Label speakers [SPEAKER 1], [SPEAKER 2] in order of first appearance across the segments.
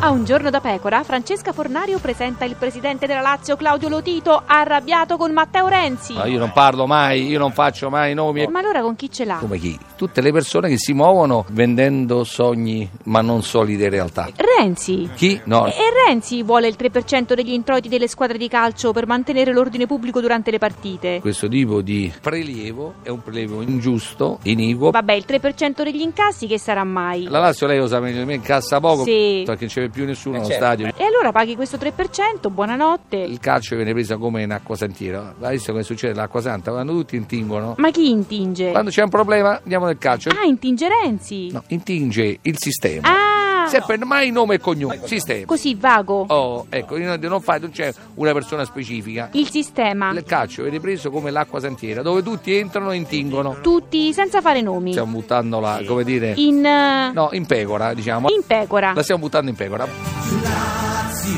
[SPEAKER 1] A un giorno da pecora, Francesca Fornario presenta il presidente della Lazio Claudio Lotito arrabbiato con Matteo Renzi.
[SPEAKER 2] Ma io non parlo mai, io non faccio mai nomi.
[SPEAKER 1] Ma allora con chi ce l'ha?
[SPEAKER 2] Come chi? Tutte le persone che si muovono vendendo sogni ma non solide realtà.
[SPEAKER 1] Renzi.
[SPEAKER 2] Chi? No.
[SPEAKER 1] E Renzi vuole il 3% degli introiti delle squadre di calcio per mantenere l'ordine pubblico durante le partite.
[SPEAKER 2] Questo tipo di prelievo è un prelievo ingiusto, iniquo.
[SPEAKER 1] Vabbè, il 3% degli incassi che sarà mai?
[SPEAKER 2] La Lazio lei lo sa meglio di me, incassa poco
[SPEAKER 1] Sì.
[SPEAKER 2] perché non c'è più nessuno
[SPEAKER 3] Eh,
[SPEAKER 2] allo
[SPEAKER 3] certo.
[SPEAKER 2] stadio.
[SPEAKER 1] E allora paghi questo 3%, buonanotte.
[SPEAKER 2] Il calcio viene preso come in acqua sentiera. Hai visto come succede l'acqua santa? Quando tutti intingono,
[SPEAKER 1] Ma chi intinge?
[SPEAKER 2] quando c'è un problema andiamo nel calcio.
[SPEAKER 1] Ah, intinge Renzi.
[SPEAKER 2] No, intinge il sistema.
[SPEAKER 1] Ah,
[SPEAKER 2] Sempre mai nome e cognome, sistema.
[SPEAKER 1] così vago.
[SPEAKER 2] Oh, ecco, io non non fai, non c'è una persona specifica.
[SPEAKER 1] Il sistema.
[SPEAKER 2] Il calcio viene preso come l'acqua santiera, dove tutti entrano e intingono.
[SPEAKER 1] Tutti senza fare nomi.
[SPEAKER 2] Stiamo buttando la, come dire,
[SPEAKER 1] In... eh,
[SPEAKER 2] no, in pecora, diciamo.
[SPEAKER 1] in pecora.
[SPEAKER 2] La stiamo buttando in pecora.
[SPEAKER 4] Lazio,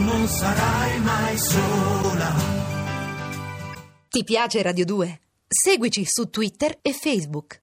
[SPEAKER 4] non sarai mai sola.
[SPEAKER 5] Ti piace Radio 2? Seguici su Twitter e Facebook.